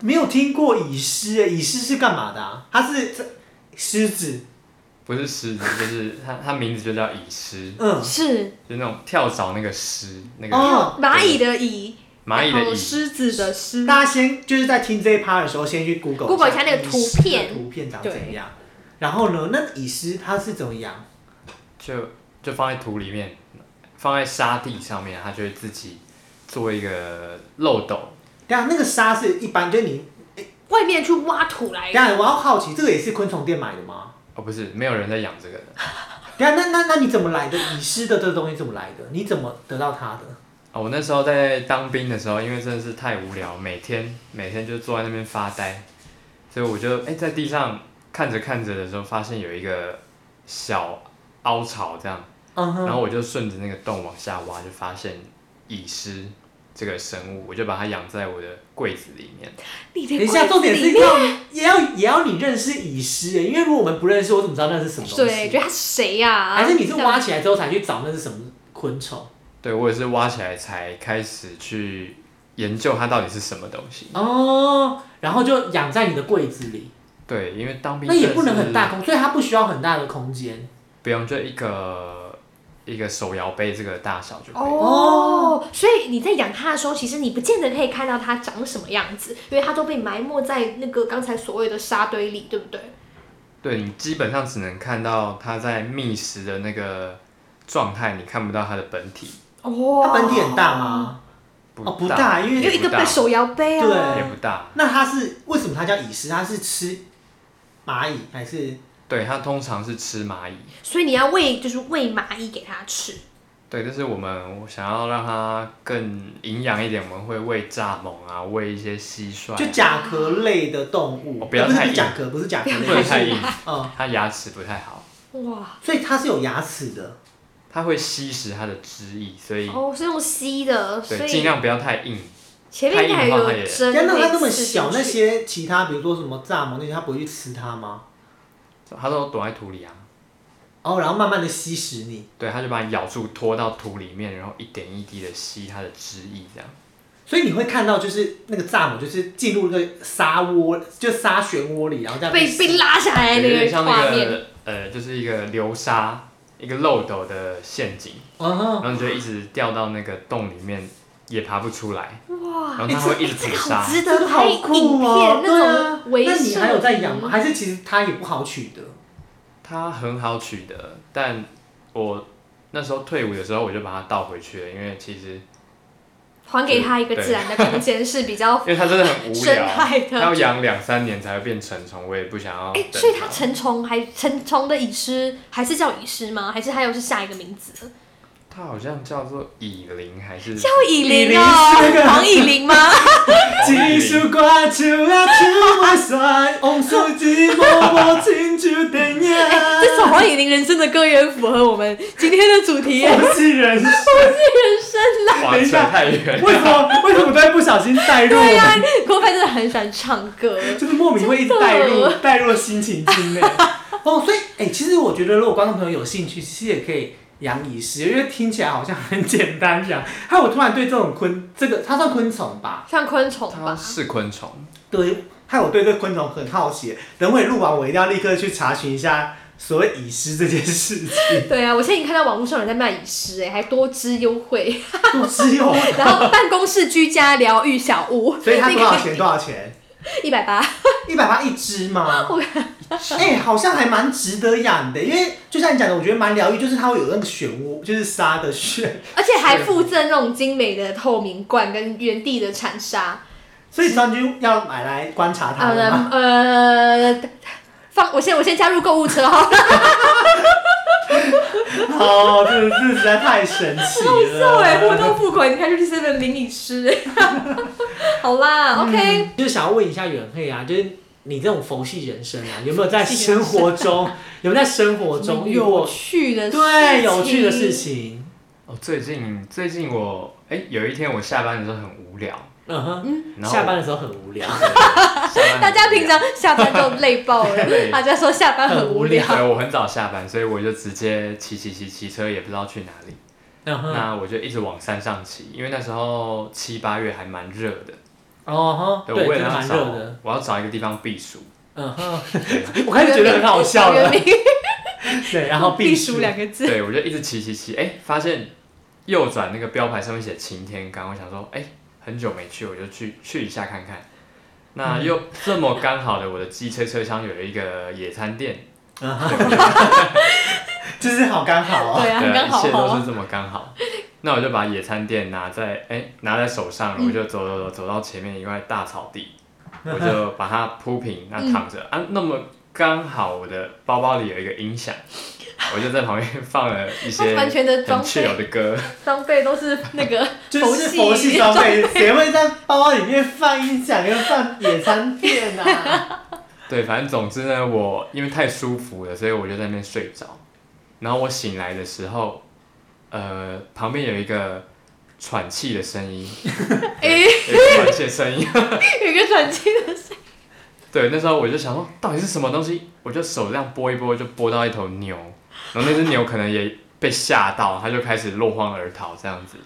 S1: 没有听过蚁狮耶，蚁狮是干嘛的、啊？它是狮子，
S3: 不是狮子，就是它，它名字就叫蚁狮，
S1: 嗯，
S2: 是
S3: 就是那种跳蚤那个虱，那个
S1: 哦
S2: 蚂蚁的蚁，
S3: 蚂蚁
S2: 然
S3: 的
S2: 后
S3: 蚁。
S2: 狮子的狮。
S1: 大家先就是在听这一趴的时候，先去 Google
S2: Google 一下那个
S1: 蚁
S2: 图
S1: 狮的
S2: 片
S1: 图片长
S2: 对
S1: 怎样。然后呢，那蚁狮它是怎么养？
S3: 就就放在土里面，放在沙地上面，它就会自己做一个漏斗。
S1: 对啊，那个沙是一般，就是你，
S2: 外面去挖土
S1: 等
S2: 来
S1: 一，下我要好奇，这个也是昆虫店买的吗？
S3: 哦，不是，没有人在养这个的，
S1: 等一下，那那那你怎么来的？蚁狮的这个东西怎么来的？你怎么得到它的？
S3: 啊，我那时候在当兵的时候，因为真的是太无聊，每天每天就坐在那边发呆，所以我就哎、在地上看着看着的时候，发现有一个小凹槽这样，
S1: 嗯哼，
S3: 然后我就顺着那个洞往下挖，就发现蚁狮这个生物，我就把它养在我的柜子里面。
S2: 你的
S1: 等一下，
S2: 柜
S1: 重
S2: 子
S1: 点是
S2: 里面
S1: 要也要也要你认识蚁狮耶，因为如果我们不认识，我怎么知道那是什么东
S2: 对，啊
S1: 西？
S2: 觉得他谁呀？
S1: 还是你是挖起来之后才去找那是什么昆虫？
S3: 对我也是挖起来才开始去研究它到底是什么东西。
S1: 哦，然后就养在你的柜子里，
S3: 对，因为当兵
S1: 那也
S3: 真的
S1: 不能
S3: 是
S1: 很大，空，所以它不需要很大的空间。
S3: 不用就一个一个手摇杯这个大小就可以。
S2: 哦，所以你在养它的时候，其实你不见得可以看到它长什么样子，因为它都被埋没在那个刚才所谓的沙堆里，对不对？
S3: 对你基本上只能看到它在觅食的那个状态，你看不到它的本体。
S2: 哦
S1: 它本体很大？吗？哦不大因为
S2: 因为一个
S3: 不大
S2: 被手摇杯啊
S3: 也，不大。
S1: 那它是为什么它叫蚁狮？它是吃蚂蚁还是？
S3: 对，它通常是吃蚂蚁。
S2: 所以你要喂，就是喂蚂蚁给它吃。
S3: 对，但是我们想要让它更营养一点，我们会喂蚱蜢啊，喂一些蟋蟀啊、
S1: 就甲壳类的动物？
S3: 哦不要
S1: 呃不
S3: 太
S1: 是
S3: 硬
S1: 甲壳，不是甲壳
S3: 不能
S1: 类，
S3: 太
S1: 是
S3: 硬，
S1: 嗯，
S3: 它牙齿不太好。
S2: 哇，
S1: 所以它是有牙齿的。
S3: 它会吸食它的汁液，所以、
S2: 哦，是用吸的，所
S3: 对尽
S2: 以
S3: 量不要太硬。
S2: 前面应该还有
S3: 太硬的话它也
S1: 但
S2: 针可以刺进去。
S1: 那它那么小，那些其他比如说什么蚱蜢那些，它不会去吃它吗？
S3: 它都躲在土里啊，
S1: 哦，然后慢慢的吸食你，
S3: 对，它就把你咬住，拖到土里面，然后一点一滴的吸它的汁液，这样。
S1: 所以你会看到就是那个蚱蜢就是进入那个沙窝，就沙漩涡里，然后这样
S2: 被被拉下来
S3: 有
S2: 哎的那
S3: 点
S2: 个
S3: 像
S2: 画
S3: 那
S2: 面，
S3: 个呃，就是一个流沙，一个漏斗的陷阱，
S1: 嗯哼。
S2: 哦
S3: 然后你就一直掉到那个洞里面，也爬不出来，
S2: 哇，
S3: 然后它会一直
S2: 这
S3: 捕
S2: 个好
S3: 杀。
S2: 值
S1: 真
S2: 得
S1: 的
S2: 拍
S1: 好
S2: 影
S1: 酷哦
S2: 片，
S1: 对
S2: 那
S1: 啊
S2: 种，微
S1: 那你还有在
S2: 摄
S1: 养吗？
S2: 影
S1: 还是其实它也不好取得？
S3: 它很好取得，但我那时候退伍的时候我就把它倒回去了，因为其实
S2: 还给他一个
S3: 对
S2: 自然的空间是比较
S3: 因为它真的很无
S2: 生
S3: 聊，
S2: 态
S3: 它
S2: 的。
S3: 要养两三年才会变成虫，我也不想要
S2: 哎、
S3: 等。
S2: 所以它成虫还成虫的蚁狮还是叫蚁狮吗？还是它又是下一个名字？
S3: 它好像叫做蚁灵还是
S2: 叫蚁
S1: 蚁
S2: 灵
S1: 灵
S2: 哦
S1: 是那，个
S2: 黄蚁灵吗？
S1: 只是挂树啊，树外山，红树枝默默亲像电影。
S2: 这首黄蚁灵人生的歌也很符合我们今天的主 题耶，
S1: 我是人，
S2: 人生啊啦。
S3: 哇，
S1: 等一
S3: 扯
S1: 下
S3: 太远。
S1: 为什么为什么都会不小心带哎入我
S2: 对呀、
S1: 们？
S2: 啊，郭帆真的很喜欢唱歌。
S1: 就是莫名会一直带入
S2: 真的
S1: 带入心情境内。哦，所以哎、其实我觉得如果观众朋友有兴趣，其实也可以养蚁食，因为听起来好像很简单这样。还有我突然对这种昆，这个它算昆虫吧？
S2: 像昆虫
S3: 它
S2: 吧，
S3: 是昆虫，
S1: 对，害我对这昆虫很好奇。等会录完，我一定要立刻去查询一下所谓蚁狮这件事情。
S2: 对啊，我现在已经看到网络上有人在卖蚁狮，哎，还多支优惠，
S1: 不只有，
S2: 然后办公室居家疗愈小屋，
S1: 所以它多少钱？多少钱？
S2: 一百八，
S1: 一百八一只吗？哎、好像还蛮值得养的，因为就像你讲的，我觉得蛮疗愈，就是它会有那个漩涡，就是沙的漩，
S2: 而且还附赠那种精美的透明罐跟原地的铲沙，
S1: 所以张军要买来观察它的吗？
S2: 呃 呃，放我先我先加入购物车哈，
S1: 哦，真的是实在太神奇了。
S2: 笑哎，活动付款，你看就是 seven 领饮师。好 啦，OK，
S4: 嗯就是想要问一下远黑啊，就是你这种佛系人生啊，有没有在生活中，有没有在生活中遇
S2: 有
S4: 过
S2: 趣的
S4: 对有趣的事，情？
S3: 哦，最近最近我哎、有一天我下班的时候很无 聊，
S4: 嗯哼，
S3: 然后
S4: 下班的时候很无聊，
S3: 下班很无聊
S2: 大家平常下班就累爆了，
S3: 对
S2: 大家说下班很无聊。
S3: 对，我很早下班，所以我就直接骑骑骑骑车，也不知道去哪里。
S4: 嗯哼，
S3: 那我就一直往山上骑，因为那时候七八月还蛮热的。
S4: 哦哼，
S3: 对，我
S4: 对，
S3: 为
S4: 真
S3: 了
S4: 的
S3: 要
S4: 蛮
S3: 找
S4: 热的，，
S3: 我要找一个地方避暑。
S4: 嗯哼，
S3: 对
S4: 我开始觉得很好笑
S2: 原
S4: 了，
S2: 名
S4: 对，然后避
S2: 避
S4: 暑
S2: 暑两个字，
S3: 对，我就一直骑骑骑，哎、发现右转那个标牌上面写晴天岗，我想说，哎、很久没去，我就去去一下看看。
S2: 嗯
S3: 那又这么刚好的，我的机车车厢有一个野餐垫，
S1: 就是好刚好啊。
S2: 对啊，
S3: 对
S2: 很
S3: 啊，
S2: 刚
S3: 一
S2: 好
S3: 切都
S2: 哦。
S3: 是这么刚好。那我就把野餐垫拿在哎、拿在手上，我就走走走走到前面一块大草地，
S2: 嗯
S3: 我就把它铺平，那躺着、啊，那么刚好我的包包里有一个音响，我就在旁边放了一些
S2: 完全的
S3: 很
S2: 装
S3: 自由
S2: 备，
S3: 的歌，
S2: 装备都是那个
S1: 就是佛系装备，谁会在包包里面放音响跟放野餐垫啊？
S3: 对，反正总之呢，我因为太舒服了，所以我就在那边睡着。然后我醒来的时候，呃，旁边有一个喘气的声音， 对有一个喘气的声音。
S2: 有一个转机的声音，
S3: 对，那时候我就想说，到底是什么东西？我就手这样拨一拨，就拨到一头牛，然后那只牛可能也被吓到，它就开始落荒而逃这样子。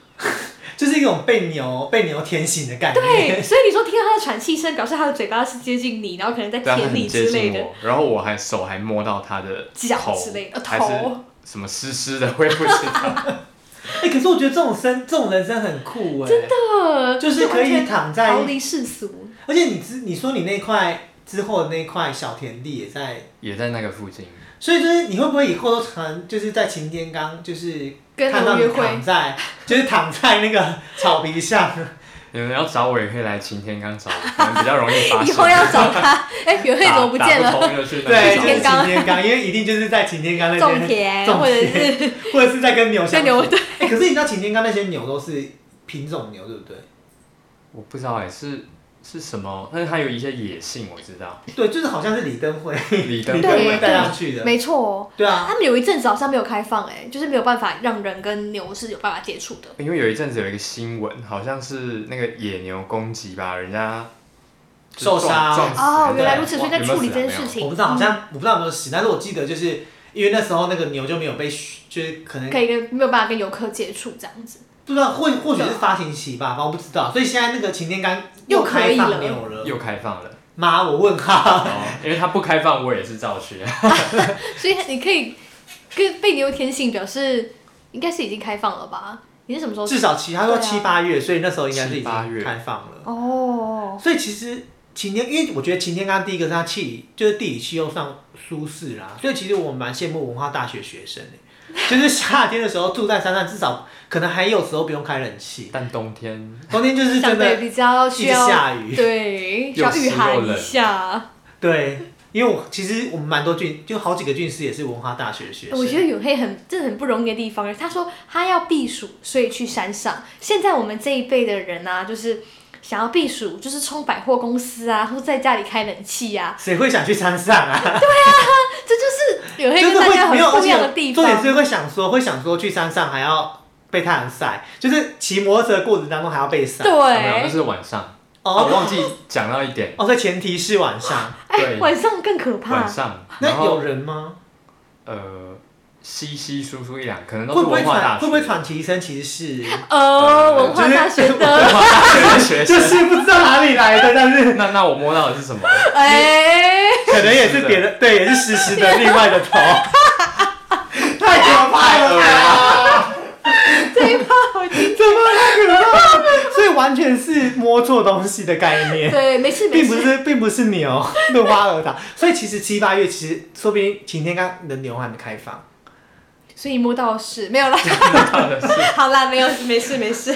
S1: 就是一种被牛被牛舔醒的概念。
S2: 对，所以你说听到他的喘气声，表示他的嘴巴是接近你，然后可能在
S3: 对啊，它
S2: 舔
S3: 很
S2: 你
S3: 接
S2: 之类
S3: 近
S2: 的，
S3: 我，然后我还手还摸到它的
S2: 脚
S3: 头
S2: 之类的，呃
S3: 还是
S2: 头。
S3: 什么湿湿的，我也不知道。
S1: 哎、可是我觉得这种生这种人生很酷哎、真的，
S2: 呃
S1: 就是可以躺在
S2: 逃离世俗，
S1: 而且你之你说你那块之后的那块小田地也在，
S3: 也在那个附近。
S1: 所以就是你会不会以后都常就是在晴天刚就是
S2: 跟
S1: 看
S2: 牛
S1: 到
S2: 约
S1: 你
S2: 会
S1: 躺。 在就是躺在那个草皮上，
S3: 你们要找我也可以来晴天刚找我，可能比较容易发 现。
S2: 以后要找 他，哎、袁慧怎么不见
S3: 打
S2: 了？
S3: 打不通 就去那
S1: 对，
S3: 边
S1: 就
S3: 找
S1: 是
S2: 晴天
S3: 我。
S1: 晴天刚，因为一定就是在晴天刚那
S2: 种
S1: 边，
S2: 田，
S1: 种田
S2: 或者是
S1: 或者是在跟牛相
S2: 跟牛
S1: 处。哎、可是你知道晴天刚那些牛都是品种牛，对不对？
S3: 我不知道哎、是是什么，但是它有一些野性，我知 道。
S1: 对，就是好像是李登辉，
S3: 李登
S1: 李登
S2: 对啊
S1: 辉带上去的。
S2: 没错、哦。
S1: 对啊，
S2: 他们有一阵子好像没有开放、哎，就是没有办法让人跟牛是有办法接触的。
S3: 因为有一阵子有一个新闻，好像是那个野牛攻击吧，人家就是
S1: 受伤
S3: 撞撞死
S2: 哦，
S3: 了
S2: 原来如此，所以在
S3: 有没有
S2: 处理
S3: 死
S2: 这
S3: 啊
S2: 件
S3: 没有
S2: 事情，
S1: 我不知道，好
S2: 嗯
S1: 像我不知道有没有死，但是我记得就是因为那时候那个牛就没有被嘘，就是可能
S2: 嗯可以跟没有办法跟游客接触这样子。
S1: 不知道，或或许是发情期吧，反正我不知道。所以现在那个擎天岗
S2: 啊又可
S1: 开
S2: 以了
S1: 放牛了，
S3: 又开放了，
S1: 妈，我问号。
S3: 哦， 因为它不开放，我也是照去。啊
S2: 所以你可以跟被牛天性表示，应该是已经开放了吧？你是什么时候？
S1: 至少其他说
S2: 对啊
S1: 七八月，所以那时候应该是已
S3: 七八
S1: 经
S3: 月
S1: 开放了。
S2: 哦，
S1: 所以其实擎天，因为我觉得擎天岗第一个是它气就是地理气候上舒适啦，所以其实我蛮羡慕文化大学学生的、就是夏天的时候住在山上，至少可能还有时候不用开冷 气，
S3: 但冬天
S1: 冬天就是
S2: 相
S1: 真
S2: 对
S1: 的
S2: 比较
S1: 一
S2: 需
S1: 直
S2: 要
S1: 下雨。
S2: 对，需要
S3: 又湿
S2: 御寒
S3: 又
S2: 一
S3: 冷
S2: 下。
S1: 对，因为我其实我们蛮多俊，就好几个俊师也是文化大学的学生。
S2: 我觉得永黑很这很不容易的地方，他说他要避暑，所以去山上。现在我们这一辈的人啊，就是想要避暑，就是冲百货公司啊，或在家里开冷气啊，
S1: 谁会想去山上 啊？
S2: 这就是永黑
S1: 就
S2: 跟
S1: 是
S2: 大家
S1: 会没有，
S2: 很
S1: 而
S2: 不一样的
S1: 且
S2: 地
S1: 重点
S2: 方。
S1: 是会想说，会想说去山上还要被太阳晒，就是骑摩托车的过程当中还要被晒。
S3: 哦没有，那
S2: 对，
S3: 是晚上。哦，我
S1: 哦
S3: 忘记讲到一点，
S1: 哦，所以前提是晚上。
S2: 哎，
S3: 对
S2: 晚上更可
S3: 晚
S2: 怕。
S3: 上。
S1: 那
S3: 然后
S1: 有人吗？
S3: 呃，稀稀疏疏一两，可能都
S1: 会
S3: 是
S1: 不会
S3: 文化大
S1: 喘？会
S3: 学，
S1: 不会喘气声？其实是，
S2: 呃，文化大学的，
S3: 文化大学的学
S1: 就
S3: 生？
S1: 是不知道哪 里来的，但是
S3: 那那我摸到的是 什么？
S2: 哎，
S1: 可能也是别的，对，也是实时的另外的 头。太可怕了吧！
S2: 这一趴 好精。
S1: 怎么太可怕了？ 所以完全是摸错东西的概念。
S2: 对，没事没
S1: 并不
S2: 事。
S1: 是，并不是牛 落花而逃，所以其实七八月其实说不定晴天刚的牛还没开放，
S2: 所以摸到的是没有啦，好啦，没有没事没事。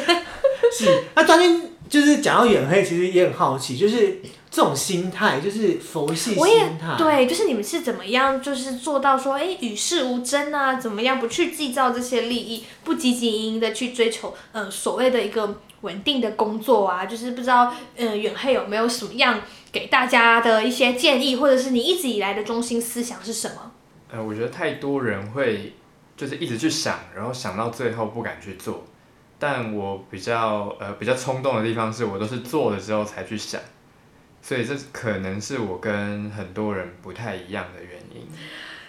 S1: 是。那专军就是讲到远黑，其实也很好奇，就是这种心态，就是佛系
S2: 我也
S1: 心态。
S2: 对，就是你们是怎么样，就是做到说，哎，与世无争啊，怎么样不去计较这些利益，不汲汲营营的去追求，嗯、所谓的一个稳定的工作啊，就是不知道，嗯、远黑有没有什么样给大家的一些建议，或者是你一直以来的中心思想是什么？
S3: 呃，我觉得太多人会就是一直去想，然后想到最后不敢去做。但我比较呃比较冲动的地方是我都是做了之后才去想，所以这可能是我跟很多人不太一样的原因。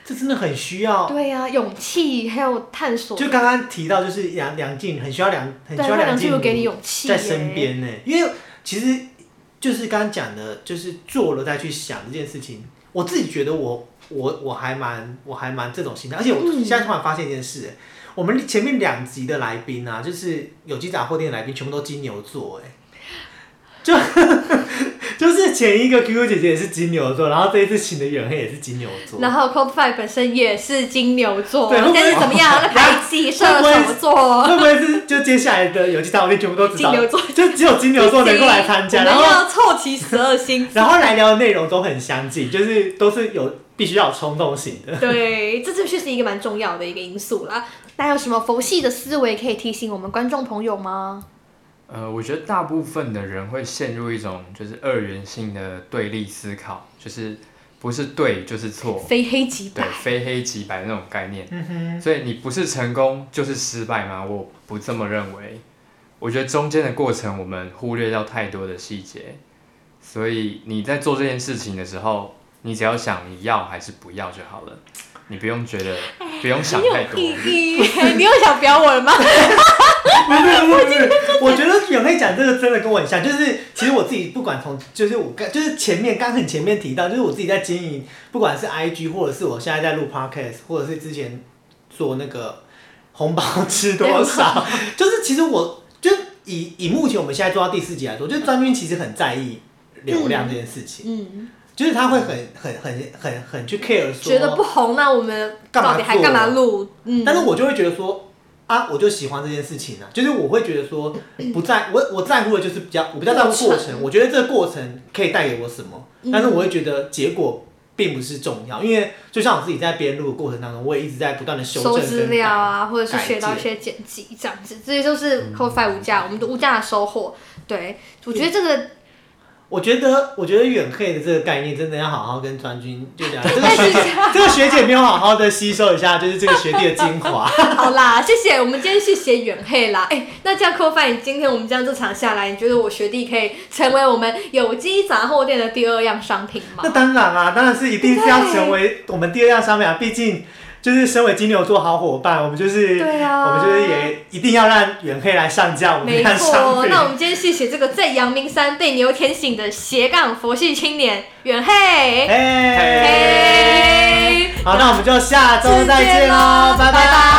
S1: 这真的很需要。
S2: 对呀、勇气还有探索，
S1: 哦就刚刚提到，就是梁梁静很需要梁，很
S2: 对，
S1: 需要梁
S2: 梁
S1: 静
S2: 静茹
S1: 茹
S2: 给你勇气
S1: 在
S2: 耶
S1: 身。边呢、因为其实就是刚刚讲的，就是做了再去想这件事情。我自己觉得我我我还蛮我还蛮这种心态，而且我
S2: 嗯
S1: 现在突然发现一件事、我们前面两集的来宾啊，就是有机杂货店的来宾，全部都金牛座、哎，就 就是前一个 QQ 姐姐也是金牛座，然后这一次请的远黑也是金牛座，
S2: 然后 Code Five 本身也是金牛座，
S1: 对会
S2: 现
S1: 不会
S2: 在是怎么 样？在排挤射
S1: 会不会
S2: 手座，
S1: 会不会是就接下来的有机杂货店全部都知道，
S2: 金牛座
S1: 就只有金牛座能够来参加，
S2: 我
S1: 然
S2: 们
S1: 后
S2: 要凑齐十 二星座
S1: 然后来聊的内容都很相近，就是都是有必须要有冲动型 的。
S2: 对，这的确是一个蛮重要的一个因素啦。那有什么佛系的思维可以提醒我们观众朋友吗？
S3: 呃，我觉得大部分的人会陷入一种就是二元性的对立思考，就是不是对就是错，
S2: 非黑即
S3: 对
S2: 白，
S3: 非黑即白那种概念。
S2: 嗯
S3: 所以你不是成功就是失败吗？我不这么认为。我觉得中间的过程我们忽略掉太多的细节，所以你在做这件事情的时候，你只要想你要还是不要就好了，你不用觉得不用想
S2: 很
S3: 太
S2: 有
S3: 多
S2: 意。义。你又想表我 了吗？
S1: 我觉得远黑讲这个真的跟我很像，就是其实我自己不管从就是我刚就是前面刚很前面提到，就是我自己在经营，不管是 IG 或者是我现在在录 podcast，或者是之前做那个红包吃多 少，就是其实我就以以目前我们现在做到第四集来说，就是专军其实很在意流量这件事情，
S2: 嗯，
S1: 就是他会很很很很很去 care 说
S2: 觉得不红，那我们
S1: 干嘛
S2: 到底还干嘛录？嗯，
S1: 但是我就会觉得说，啊，我就喜欢这件事情啊，就是我会觉得说，不在我我在乎的就是比较，我比较在乎过
S2: 嗯过
S1: 程，
S2: 程
S1: 我觉得这个过程可以带给我什么，
S2: 嗯
S1: 但是我会觉得结果并不是重要，因为就像我自己在编录的过程当中，我也一直在不断的修正
S2: 收资
S1: 跟
S2: 料
S1: 改。嗯
S2: 啊，或者是学到一些剪辑这样子，这些都是 Code Five 无价，我们的无价的收获。对，我觉得这个
S1: 我觉得，我觉得远黑的这个概念真的要好好跟专军就聊， 这个
S2: 但
S1: 学
S2: 是
S1: 姐，这个学姐没有好好的吸收一下，就是这个学弟的精华。
S2: 好啦，谢谢，我们今天谢谢远黑啦。哎、那这样扣饭，你今天我们这样这场下来，你觉得我学弟可以成为我们有机杂货店的第二样商品吗
S1: 那？当然啦、当然是一定是要成为我们第二样商品啊！毕竟就是身为金牛座好伙伴，我们就是
S2: 对啊
S1: 我们就是也一定要让远黑来上架我们
S2: 没
S1: 这样商
S2: 错，
S1: 品。
S2: 那我们今天谢谢这个在阳明山被牛舔醒的斜杠佛系青年远黑。
S1: 哎，
S2: 嘿
S1: 好，那我们就下周再见喽，
S2: 拜
S1: 拜拜